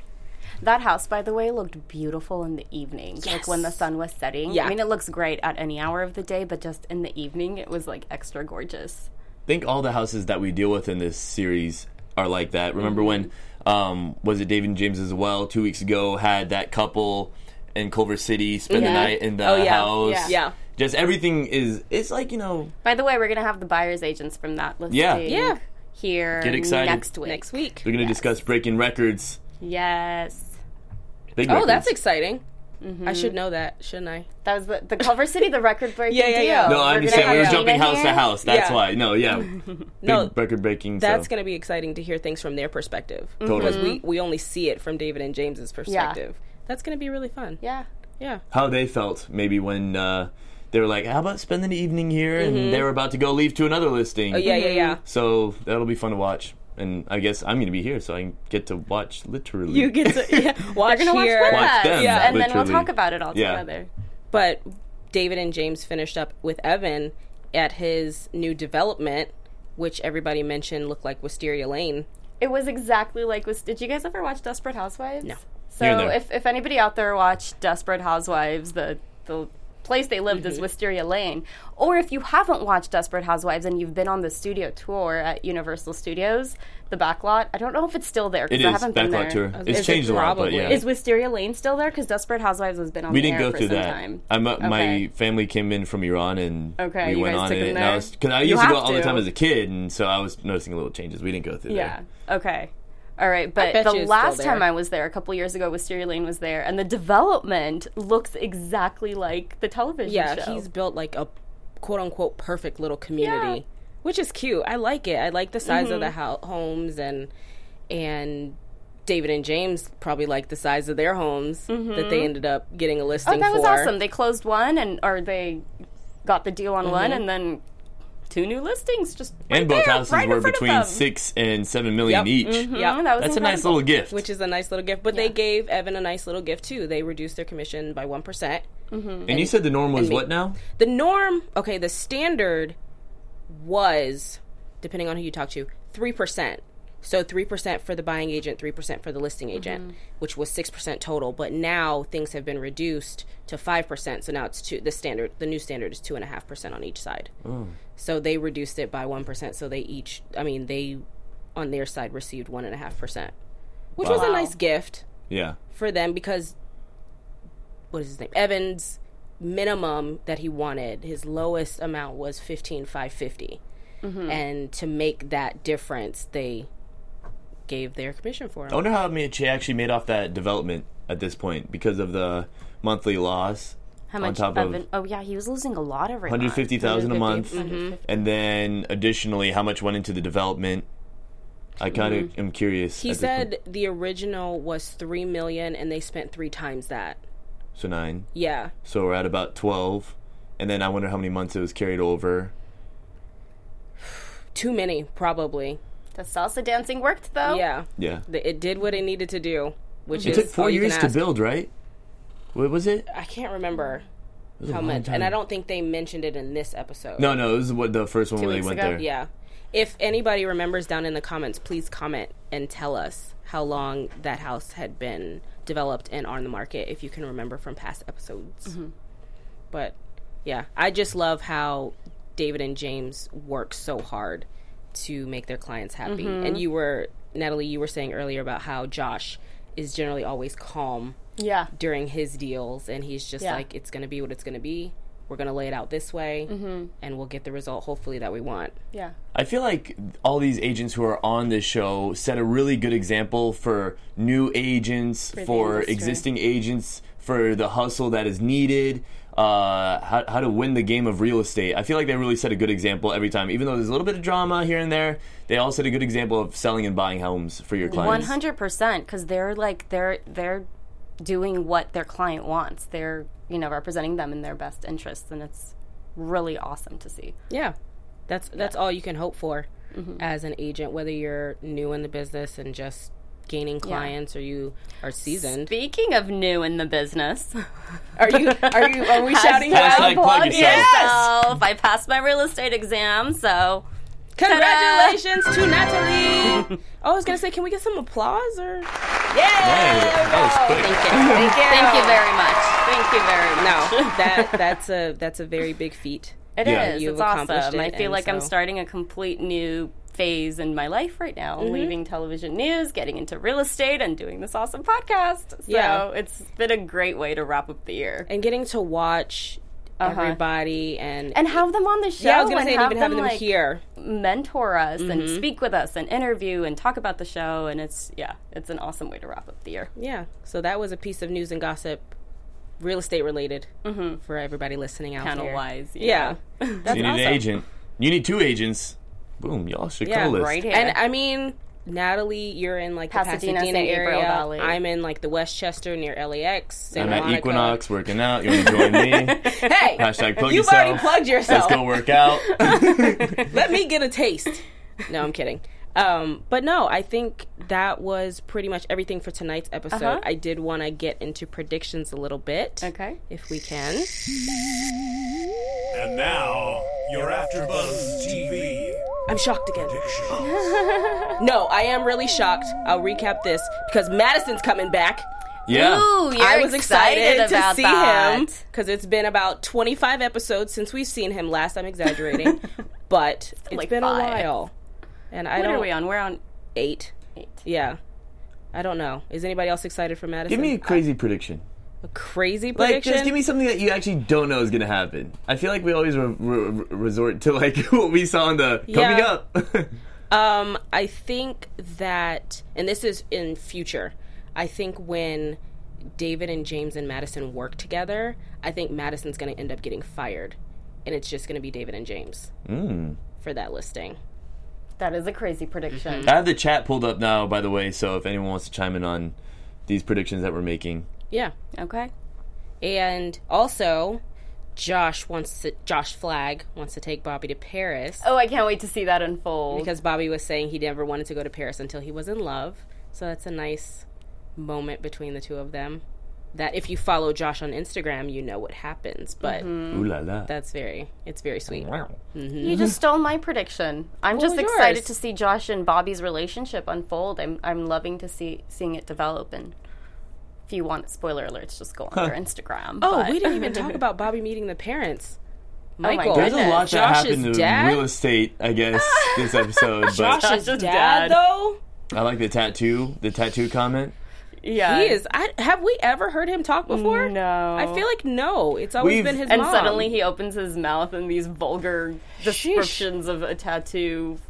Speaker 4: That house, by the way, looked beautiful in the evening, like when the sun was setting.
Speaker 1: Yeah.
Speaker 4: I mean, it looks great at any hour of the day, but just in the evening, it was like extra gorgeous.
Speaker 3: think all the houses that we deal with in this series are like that. Remember
Speaker 1: Mm-hmm.
Speaker 3: when um, was it David and James as well? Two weeks ago had that couple in Culver City spend
Speaker 1: Yeah.
Speaker 3: the night in the
Speaker 1: Oh, yeah.
Speaker 3: house.
Speaker 1: Yeah. Yeah.
Speaker 3: Just everything is it's like you know
Speaker 4: By the way, we're gonna have the buyers agents from that listing.
Speaker 3: Yeah.
Speaker 1: Yeah.
Speaker 4: Here.
Speaker 3: Get excited.
Speaker 4: Next week.
Speaker 1: next week.
Speaker 3: they're gonna discuss breaking records.
Speaker 4: Yes.
Speaker 3: Big
Speaker 1: Oh, that's
Speaker 3: records.
Speaker 1: exciting. I should know that, shouldn't I?
Speaker 4: That was the, the Culver City, the record breaking
Speaker 1: Yeah, yeah, yeah.
Speaker 4: deal.
Speaker 3: no, I
Speaker 4: We're gonna
Speaker 3: understand.
Speaker 4: have
Speaker 3: We were
Speaker 4: Gina
Speaker 3: jumping house to
Speaker 4: here.
Speaker 3: house. That's
Speaker 1: Yeah.
Speaker 3: why. No, yeah,
Speaker 1: No,
Speaker 3: big record breaking.
Speaker 1: that's
Speaker 3: so.
Speaker 1: going to be exciting to hear things from their perspective
Speaker 3: Totally.
Speaker 1: because we, we only see it from David and James's perspective. That's going to be really fun.
Speaker 4: Yeah.
Speaker 1: Yeah.
Speaker 3: how they felt maybe when uh, they were like, "How about spending the evening here?"
Speaker 1: Mm-hmm.
Speaker 3: and they were about to go leave to another listing.
Speaker 1: Yeah, yeah, yeah.
Speaker 3: So that'll be fun to watch. And I guess I'm going to be here, so I can get to watch literally.
Speaker 1: You get to yeah, watch
Speaker 4: Gonna watch
Speaker 1: here.
Speaker 4: with
Speaker 3: Watch
Speaker 4: us,
Speaker 3: them,
Speaker 4: and then we'll
Speaker 3: literally.
Speaker 4: talk about it all
Speaker 3: Yeah.
Speaker 4: together.
Speaker 1: But David and James finished up with Evan at his new development, which everybody mentioned looked like Wisteria Lane.
Speaker 4: It was exactly like was. Did you guys ever watch Desperate Housewives? No.
Speaker 3: Here
Speaker 4: So
Speaker 3: and there.
Speaker 4: if, if anybody out there watched Desperate Housewives, the the place they lived
Speaker 3: Mm-hmm.
Speaker 4: is Wisteria Lane. Or if you haven't watched Desperate Housewives and you've been on the studio tour at Universal Studios, the backlot. I don't know if it's still there
Speaker 3: It
Speaker 4: because I
Speaker 3: is
Speaker 4: haven't
Speaker 3: back
Speaker 4: been
Speaker 3: lot
Speaker 4: there.
Speaker 3: tour.
Speaker 1: Is
Speaker 3: It's
Speaker 1: it
Speaker 3: changed a lot, but
Speaker 1: probably-
Speaker 3: yeah.
Speaker 4: Is Wisteria Lane still there? Because Desperate Housewives has been on.
Speaker 3: we
Speaker 4: the
Speaker 3: didn't go
Speaker 4: air for
Speaker 3: through
Speaker 4: some
Speaker 3: that.
Speaker 4: Time.
Speaker 3: I'm, uh,
Speaker 4: Okay.
Speaker 3: My family came in from Iran, and
Speaker 4: Okay,
Speaker 3: we
Speaker 4: you
Speaker 3: went
Speaker 4: guys
Speaker 3: on
Speaker 4: took
Speaker 3: it.
Speaker 4: them
Speaker 3: And
Speaker 4: there?
Speaker 3: I, was, cause I
Speaker 4: You
Speaker 3: used to go
Speaker 4: have
Speaker 3: all the
Speaker 4: to.
Speaker 3: time as a kid, and so I was noticing little changes. We didn't go through
Speaker 4: Yeah. Okay. All right, but
Speaker 1: bet
Speaker 4: the
Speaker 1: you it's
Speaker 4: last
Speaker 1: still there.
Speaker 4: time I was there, a couple years ago, Wisteria Lane was there, and the development looks exactly like the television
Speaker 1: Yeah,
Speaker 4: show.
Speaker 1: he's built like a quote unquote perfect little community, which is cute. I like it. I like the size of the
Speaker 4: Mm-hmm.
Speaker 1: ho- homes and and David and James probably like the size of their homes that they ended up getting a listing
Speaker 4: Mm-hmm. Oh, that was
Speaker 1: for.
Speaker 4: awesome. They closed one, and or they got the deal on one,
Speaker 1: Mm-hmm.
Speaker 4: and then two new listings just
Speaker 3: that.
Speaker 4: right
Speaker 3: and both
Speaker 4: there,
Speaker 3: houses
Speaker 4: right in
Speaker 3: were
Speaker 4: front of
Speaker 3: between
Speaker 4: them.
Speaker 3: six and seven
Speaker 1: Yep.
Speaker 3: million each.
Speaker 1: Yeah.
Speaker 4: Mhm, that
Speaker 3: That's a
Speaker 4: was
Speaker 3: nice
Speaker 4: incredible.
Speaker 3: little gift.
Speaker 1: which is a nice little gift, but they gave Evan a nice little gift too. They reduced their commission by one percent.
Speaker 3: and you said the norm was what now?
Speaker 1: The norm, okay, the standard was, depending on who you talk to, 3%. So 3% for the buying agent, 3% for the listing agent, which was 6% total. But now things have been reduced to 5%. So now it's two, the standard, the new standard is 2.5% on each side. So they reduced it by 1%. So they each, I mean, they on their side received 1.5%, which was a
Speaker 4: Wow.
Speaker 1: nice gift
Speaker 3: Yeah.
Speaker 1: for them because what is his name evans minimum that he wanted his lowest amount was 15550 and to make that difference they gave their commission for him
Speaker 3: I wonder how much he actually made off that development at this point because of the monthly loss
Speaker 4: How much
Speaker 3: on top
Speaker 4: of
Speaker 3: of
Speaker 4: an, oh yeah, he was losing a lot every month.
Speaker 3: 150,000 a month,
Speaker 1: Mm. Mm-hmm.
Speaker 4: 150.
Speaker 3: and then additionally how much went into the development. I kind of am curious.
Speaker 1: Mm. he
Speaker 3: at this
Speaker 1: said
Speaker 3: point.
Speaker 1: the original was 3 million and they spent 3 times that
Speaker 3: so nine.
Speaker 1: yeah
Speaker 3: So we're at about 12, and then I wonder how many months it was carried over.
Speaker 1: too many probably
Speaker 4: The salsa dancing worked though.
Speaker 1: yeah
Speaker 3: Yeah,
Speaker 1: Th- it did what it needed to do which
Speaker 3: it
Speaker 1: is
Speaker 3: took four
Speaker 1: all oh, you can
Speaker 3: years to
Speaker 1: ask.
Speaker 3: build, right? What was it?
Speaker 1: i can't remember
Speaker 3: a
Speaker 1: how
Speaker 3: long
Speaker 1: much
Speaker 3: time.
Speaker 1: and i don't think they mentioned it in this episode
Speaker 3: No, no, it was what the first one where they
Speaker 4: weeks
Speaker 3: went
Speaker 4: ago?
Speaker 3: there.
Speaker 1: Yeah. If anybody remembers down in the comments, please comment and tell us how long that house had been developed and on the market, if you can remember from past episodes. But yeah, I just love how David and James work so hard to make their clients happy. And you were, Natalie, you were saying earlier about how Josh is generally always calm
Speaker 4: Yeah.
Speaker 1: during his deals and he's just
Speaker 4: Yeah.
Speaker 1: like it's going to be what it's going to be we're going to lay it out this way and we'll get the result hopefully that we want
Speaker 4: Yeah.
Speaker 3: I feel like all these agents who are on this show set a really good example for new agents, for,
Speaker 4: industry.
Speaker 3: existing agents, for the hustle that is needed, uh, how, how to win the game of real estate. I feel like they really set a good example every time. Even though there's a little bit of drama here and there, they all set a good example of selling and buying homes for your
Speaker 4: One
Speaker 3: clients.
Speaker 4: hundred percent, because they're like they're they're doing what their client wants. They're you know representing them in their best interests, and it's really awesome to see.
Speaker 1: yeah that's that's all you can hope for as an agent whether you're new in the business and just gaining clients or you are seasoned.
Speaker 4: Speaking of new in the business,
Speaker 1: Are you? Are you? Are we shouting you
Speaker 3: Hashtag
Speaker 1: out?
Speaker 3: plug yourself.
Speaker 4: myself, I passed my real estate exam, so
Speaker 1: Congratulations to Natalie. Oh, I was gonna say, can we get some applause or?
Speaker 3: that was quick.
Speaker 4: thank you. Thank you. Thank you very much. Thank you very much.
Speaker 1: No, that that's a that's a very big feat.
Speaker 4: It is.
Speaker 3: Yeah.
Speaker 1: You've
Speaker 4: It's
Speaker 1: accomplished
Speaker 4: awesome.
Speaker 1: it,
Speaker 4: I feel
Speaker 1: and
Speaker 4: like I'm
Speaker 1: so-
Speaker 4: starting a complete new phase in my life right now.
Speaker 1: Mm-hmm.
Speaker 4: Leaving television news, getting into real estate, and doing this awesome podcast. So
Speaker 1: Yeah.
Speaker 4: it's been a great way to wrap up the year.
Speaker 1: And getting to watch
Speaker 4: Uh-huh.
Speaker 1: everybody and
Speaker 4: And have them on the show.
Speaker 1: yeah, I was gonna
Speaker 4: and
Speaker 1: say and
Speaker 4: have
Speaker 1: even having them
Speaker 4: like,
Speaker 1: here. Mm-hmm.
Speaker 4: mentor us and speak with us and interview and talk about the show. And it's yeah, it's an awesome way to wrap up the year.
Speaker 1: Yeah. So that was a piece of news and gossip, real estate related,
Speaker 4: Mm-hmm.
Speaker 1: for everybody listening out
Speaker 4: Panel
Speaker 1: there.
Speaker 4: wise,
Speaker 1: Yeah. That's
Speaker 3: You need
Speaker 1: awesome.
Speaker 3: an agent. You need two agents. Boom, y'all should
Speaker 1: Yeah,
Speaker 3: call this.
Speaker 4: right here.
Speaker 1: And I mean, Natalie, you're in like the
Speaker 4: Pasadena,
Speaker 1: Pasadena,
Speaker 4: San Gabriel
Speaker 1: area.
Speaker 4: Valley.
Speaker 1: I'm in like the Westchester near LAX. Santa
Speaker 3: I'm at
Speaker 1: Monica.
Speaker 3: Equinox working out. You want to join me?
Speaker 1: Hey,
Speaker 3: Hashtag plug
Speaker 1: you've
Speaker 3: yourself.
Speaker 1: already plugged yourself.
Speaker 3: Let's go work out.
Speaker 1: Let me get a taste. No, I'm kidding. Um, but no, I think that was pretty much everything for tonight's episode.
Speaker 4: Uh-huh.
Speaker 1: I did want to get into predictions a little bit,
Speaker 4: Okay.
Speaker 1: if we can.
Speaker 5: And now, your AfterBuzz TV
Speaker 1: I'm shocked again.
Speaker 5: prediction.
Speaker 1: No, I am really shocked. I'll recap this because Madison's coming back.
Speaker 3: Yeah.
Speaker 4: Ooh, you're
Speaker 1: I was excited,
Speaker 4: about
Speaker 1: to see
Speaker 4: that.
Speaker 1: him because it's been about 25 episodes since we've seen him last. I'm exaggerating, but it's
Speaker 4: Like
Speaker 1: been
Speaker 4: five.
Speaker 1: a while. And I
Speaker 4: What
Speaker 1: don't
Speaker 4: are we on? We're on
Speaker 1: eight.
Speaker 4: eight.
Speaker 1: Yeah, I don't know. Is anybody else excited for Madison?
Speaker 3: Give me a crazy prediction.
Speaker 1: a crazy
Speaker 3: Like,
Speaker 1: prediction.
Speaker 3: just give me something that you actually don't know is going to happen. I feel like we always re- re- re- resort to like what we saw in the coming
Speaker 1: Yeah.
Speaker 3: up.
Speaker 1: Um, I think that, and this is in future. I think when David and James and Madison work together, I think Madison's going to end up getting fired, and it's just going to be David and James for that listing.
Speaker 4: That is a crazy prediction.
Speaker 3: I have the chat pulled up now, by the way. So if anyone wants to chime in on these predictions that we're making,
Speaker 1: Yeah,
Speaker 4: Okay.
Speaker 1: and also. Josh wants to, Josh Flagg wants to take Bobby to Paris
Speaker 4: Oh, I can't wait to see that unfold.
Speaker 1: because Bobby was saying he never wanted to go to Paris until he was in love. So that's a nice moment between the two of them. That if you follow Josh on Instagram, you know what happens. But
Speaker 3: ooh la la.
Speaker 1: that's very, it's very sweet.
Speaker 3: Wow.
Speaker 4: you just stole my prediction. I'm just
Speaker 1: was
Speaker 4: excited
Speaker 1: yours?
Speaker 4: to see Josh and Bobby's relationship unfold. I'm I'm loving to see seeing it develop. And if you want spoiler alerts, just go on their Instagram.
Speaker 1: Oh,
Speaker 4: but-
Speaker 1: we didn't even talk about Bobby meeting the parents.
Speaker 4: Oh my
Speaker 1: Michael,
Speaker 4: goodness.
Speaker 3: There's a lot that
Speaker 1: Josh's
Speaker 3: happened in
Speaker 1: dad?
Speaker 3: real estate, I guess, this episode. But
Speaker 1: Josh's
Speaker 4: Josh's
Speaker 1: dad,
Speaker 4: dad.
Speaker 1: though.
Speaker 3: I like the tattoo, the tattoo comment.
Speaker 4: yeah.
Speaker 1: He is. I, have we ever heard him talk before?
Speaker 4: No.
Speaker 1: I feel like no. It's always
Speaker 3: We've-
Speaker 1: been his
Speaker 4: And
Speaker 1: mom.
Speaker 4: suddenly he opens his mouth and these vulgar descriptions of a tattoo.
Speaker 3: We've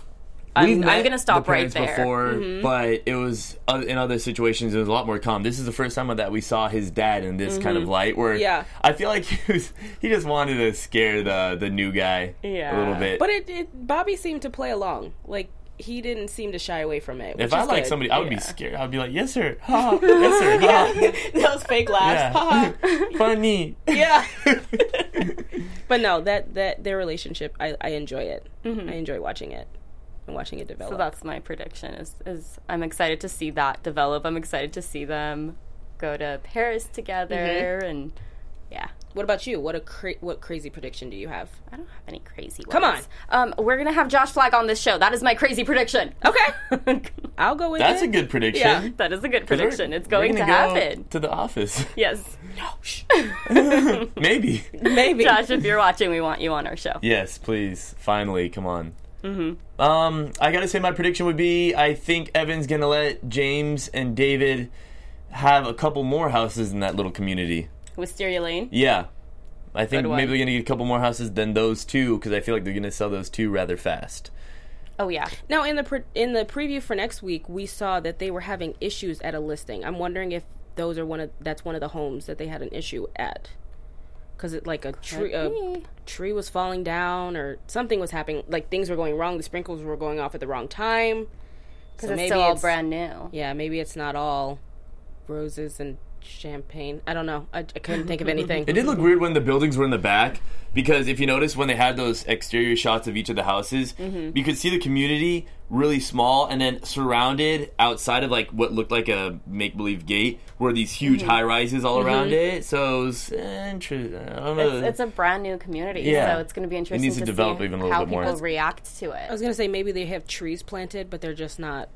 Speaker 4: I'm, I'm
Speaker 3: met
Speaker 4: going to stop
Speaker 3: the
Speaker 4: right
Speaker 3: parents
Speaker 4: there. Mm-hmm.
Speaker 3: Before, but it was uh, in other situations it was a lot more calm. This is the first time that we saw his dad in this kind of
Speaker 4: Mm-hmm.
Speaker 3: light. Where
Speaker 1: Yeah.
Speaker 3: I feel like he was he just wanted to scare the the new guy a
Speaker 4: Yeah.
Speaker 3: little bit.
Speaker 1: But it, it Bobby seemed to play along. Like he didn't seem to shy away from it.
Speaker 3: if
Speaker 1: which
Speaker 3: I
Speaker 1: is
Speaker 3: like
Speaker 1: good.
Speaker 3: somebody, I would
Speaker 1: Yeah.
Speaker 3: be scared. I'd be like, yes sir, Ha, yes sir, Ha.
Speaker 1: Those fake laughs.
Speaker 3: Yeah. funny.
Speaker 1: yeah. but no, that that their relationship, I, I enjoy it. I enjoy watching it and watching it develop.
Speaker 4: Mm-hmm. So that's my prediction. Is is I'm excited to see that develop. I'm excited to see them go to Paris together,
Speaker 1: Mm-hmm.
Speaker 4: and yeah,
Speaker 1: what about you? What a cra- what crazy prediction do you have?
Speaker 4: I don't have any crazy. Ones.
Speaker 1: Come
Speaker 4: um, we're gonna have Josh Flagg on this show. That is my crazy prediction.
Speaker 1: Okay, I'll go with
Speaker 3: That's
Speaker 1: it.
Speaker 3: a good prediction.
Speaker 1: Yeah.
Speaker 4: that is a good
Speaker 3: We're-
Speaker 4: prediction. It's
Speaker 3: we're
Speaker 4: going to
Speaker 3: gonna go
Speaker 4: happen.
Speaker 3: to the office.
Speaker 4: Yes,
Speaker 3: Maybe.
Speaker 1: Maybe
Speaker 4: Josh, if you're watching, we want you on our show.
Speaker 3: Yes, please. Finally, come on. Mm-hmm. Um, I gotta say, my prediction would be: I think Evan's gonna let James and David have a couple more houses in that little community.
Speaker 4: Wisteria Lane.
Speaker 3: Yeah, I think
Speaker 4: Good one.
Speaker 3: maybe they're gonna get a couple more houses than those two because I feel like they're gonna sell those two rather fast.
Speaker 4: Oh yeah,
Speaker 1: now in the pre- in the preview for next week, we saw that they were having issues at a listing. I'm wondering if those are one of that's one of the homes that they had an issue at. Because it like a tree, a
Speaker 4: be.
Speaker 1: tree was falling down, or something was happening. Like things were going wrong. The sprinkles were going off at the wrong time.
Speaker 4: because
Speaker 1: So
Speaker 4: it's
Speaker 1: maybe
Speaker 4: still all
Speaker 1: it's-
Speaker 4: brand new.
Speaker 1: Yeah, maybe it's not all roses and champagne. I don't know. I, I couldn't think of anything.
Speaker 3: It did look weird when the buildings were in the back because if you notice when they had those exterior shots of each of the houses,
Speaker 4: Mm-hmm.
Speaker 3: you could see the community really small and then surrounded outside of like what looked like a make believe gate were these huge
Speaker 4: Mm-hmm.
Speaker 3: high rises all around it. So it was interesting. I don't know.
Speaker 4: It's, it's a brand new community,
Speaker 3: Yeah.
Speaker 4: so it's going to be interesting
Speaker 3: needs
Speaker 4: to,
Speaker 3: to develop
Speaker 4: see
Speaker 3: even a little
Speaker 4: how
Speaker 3: bit more.
Speaker 4: people react to it.
Speaker 1: I was gonna say maybe they have trees planted, but they're just not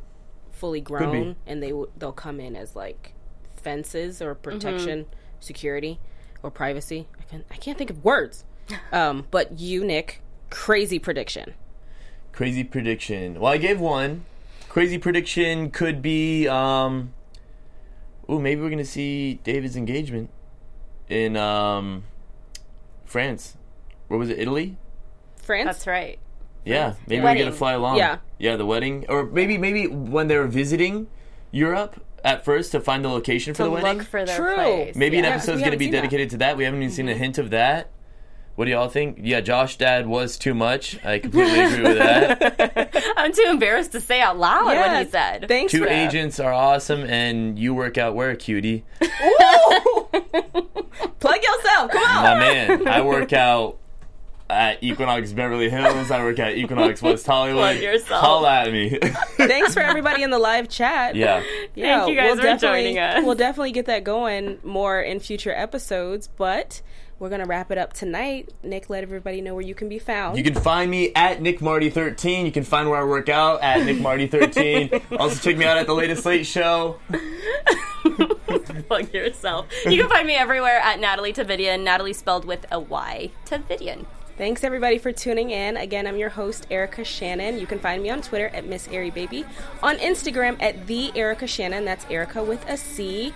Speaker 1: fully grown, and they w- they'll come in as like fences or
Speaker 4: Mm-hmm.
Speaker 1: protection, security, or privacy. I can I can't think of words. Um, but you, Nick, crazy prediction.
Speaker 3: Crazy prediction. Well, I gave one. Crazy prediction could be, um, ooh, maybe we're gonna see David's engagement in um, France. Where was it? Italy.
Speaker 1: France.
Speaker 4: That's right.
Speaker 3: Yeah, maybe we're
Speaker 4: Wedding.
Speaker 3: gonna fly along.
Speaker 1: Yeah.
Speaker 3: yeah, the wedding, or maybe maybe when they were visiting Europe at first to find the location for
Speaker 4: To
Speaker 3: the wedding.
Speaker 4: look for their
Speaker 1: True.
Speaker 4: place.
Speaker 3: maybe an
Speaker 1: Yeah, 'cause
Speaker 3: episode's
Speaker 1: we
Speaker 3: gonna
Speaker 1: haven't
Speaker 3: be
Speaker 1: seen that.
Speaker 3: dedicated to that. We haven't even seen a hint of that. What do y'all think? Yeah, Josh Dad was too much. I completely agree with that.
Speaker 4: I'm too embarrassed to say out loud what
Speaker 1: Yes.
Speaker 4: he said.
Speaker 1: Thanks.
Speaker 3: Two
Speaker 1: for that.
Speaker 3: agents are awesome, and you work out where, cutie?
Speaker 1: Plug yourself. Come on.
Speaker 3: My man, I work out at Equinox Beverly Hills. I work at Equinox West Hollywood.
Speaker 4: Plug yourself.
Speaker 3: Call at me.
Speaker 1: Thanks for everybody in the live chat.
Speaker 3: yeah.
Speaker 1: Yeah,
Speaker 4: Thank you guys for
Speaker 1: definitely-
Speaker 4: joining us.
Speaker 1: We'll definitely get that going more in future episodes, but we're gonna wrap it up tonight. Nick, let everybody know where you can be found.
Speaker 3: You can find me at Nick Marty 13. You can find where I work out at Nick Marty 13. also, check me out at the latest late show.
Speaker 4: Plug yourself. You can find me everywhere at Natalie Tavidian. Natalie spelled with a Y. Tavidian.
Speaker 1: Thanks everybody for tuning in. Again, I'm your host Erica Shannon. You can find me on Twitter at Miss Airy Baby, on Instagram at the Erica Shannon. That's Erica with a C,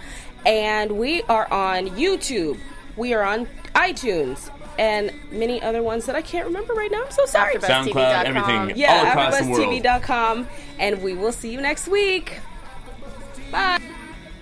Speaker 1: and we are on YouTube. We are on iTunes and many other ones that I can't remember right now. I'm so sorry.
Speaker 4: After
Speaker 3: SoundCloud,
Speaker 4: TV.com.
Speaker 3: everything.
Speaker 1: yeah,
Speaker 3: all across the world.
Speaker 1: AfterBuzzTV.com, and we will see you next week. Bye.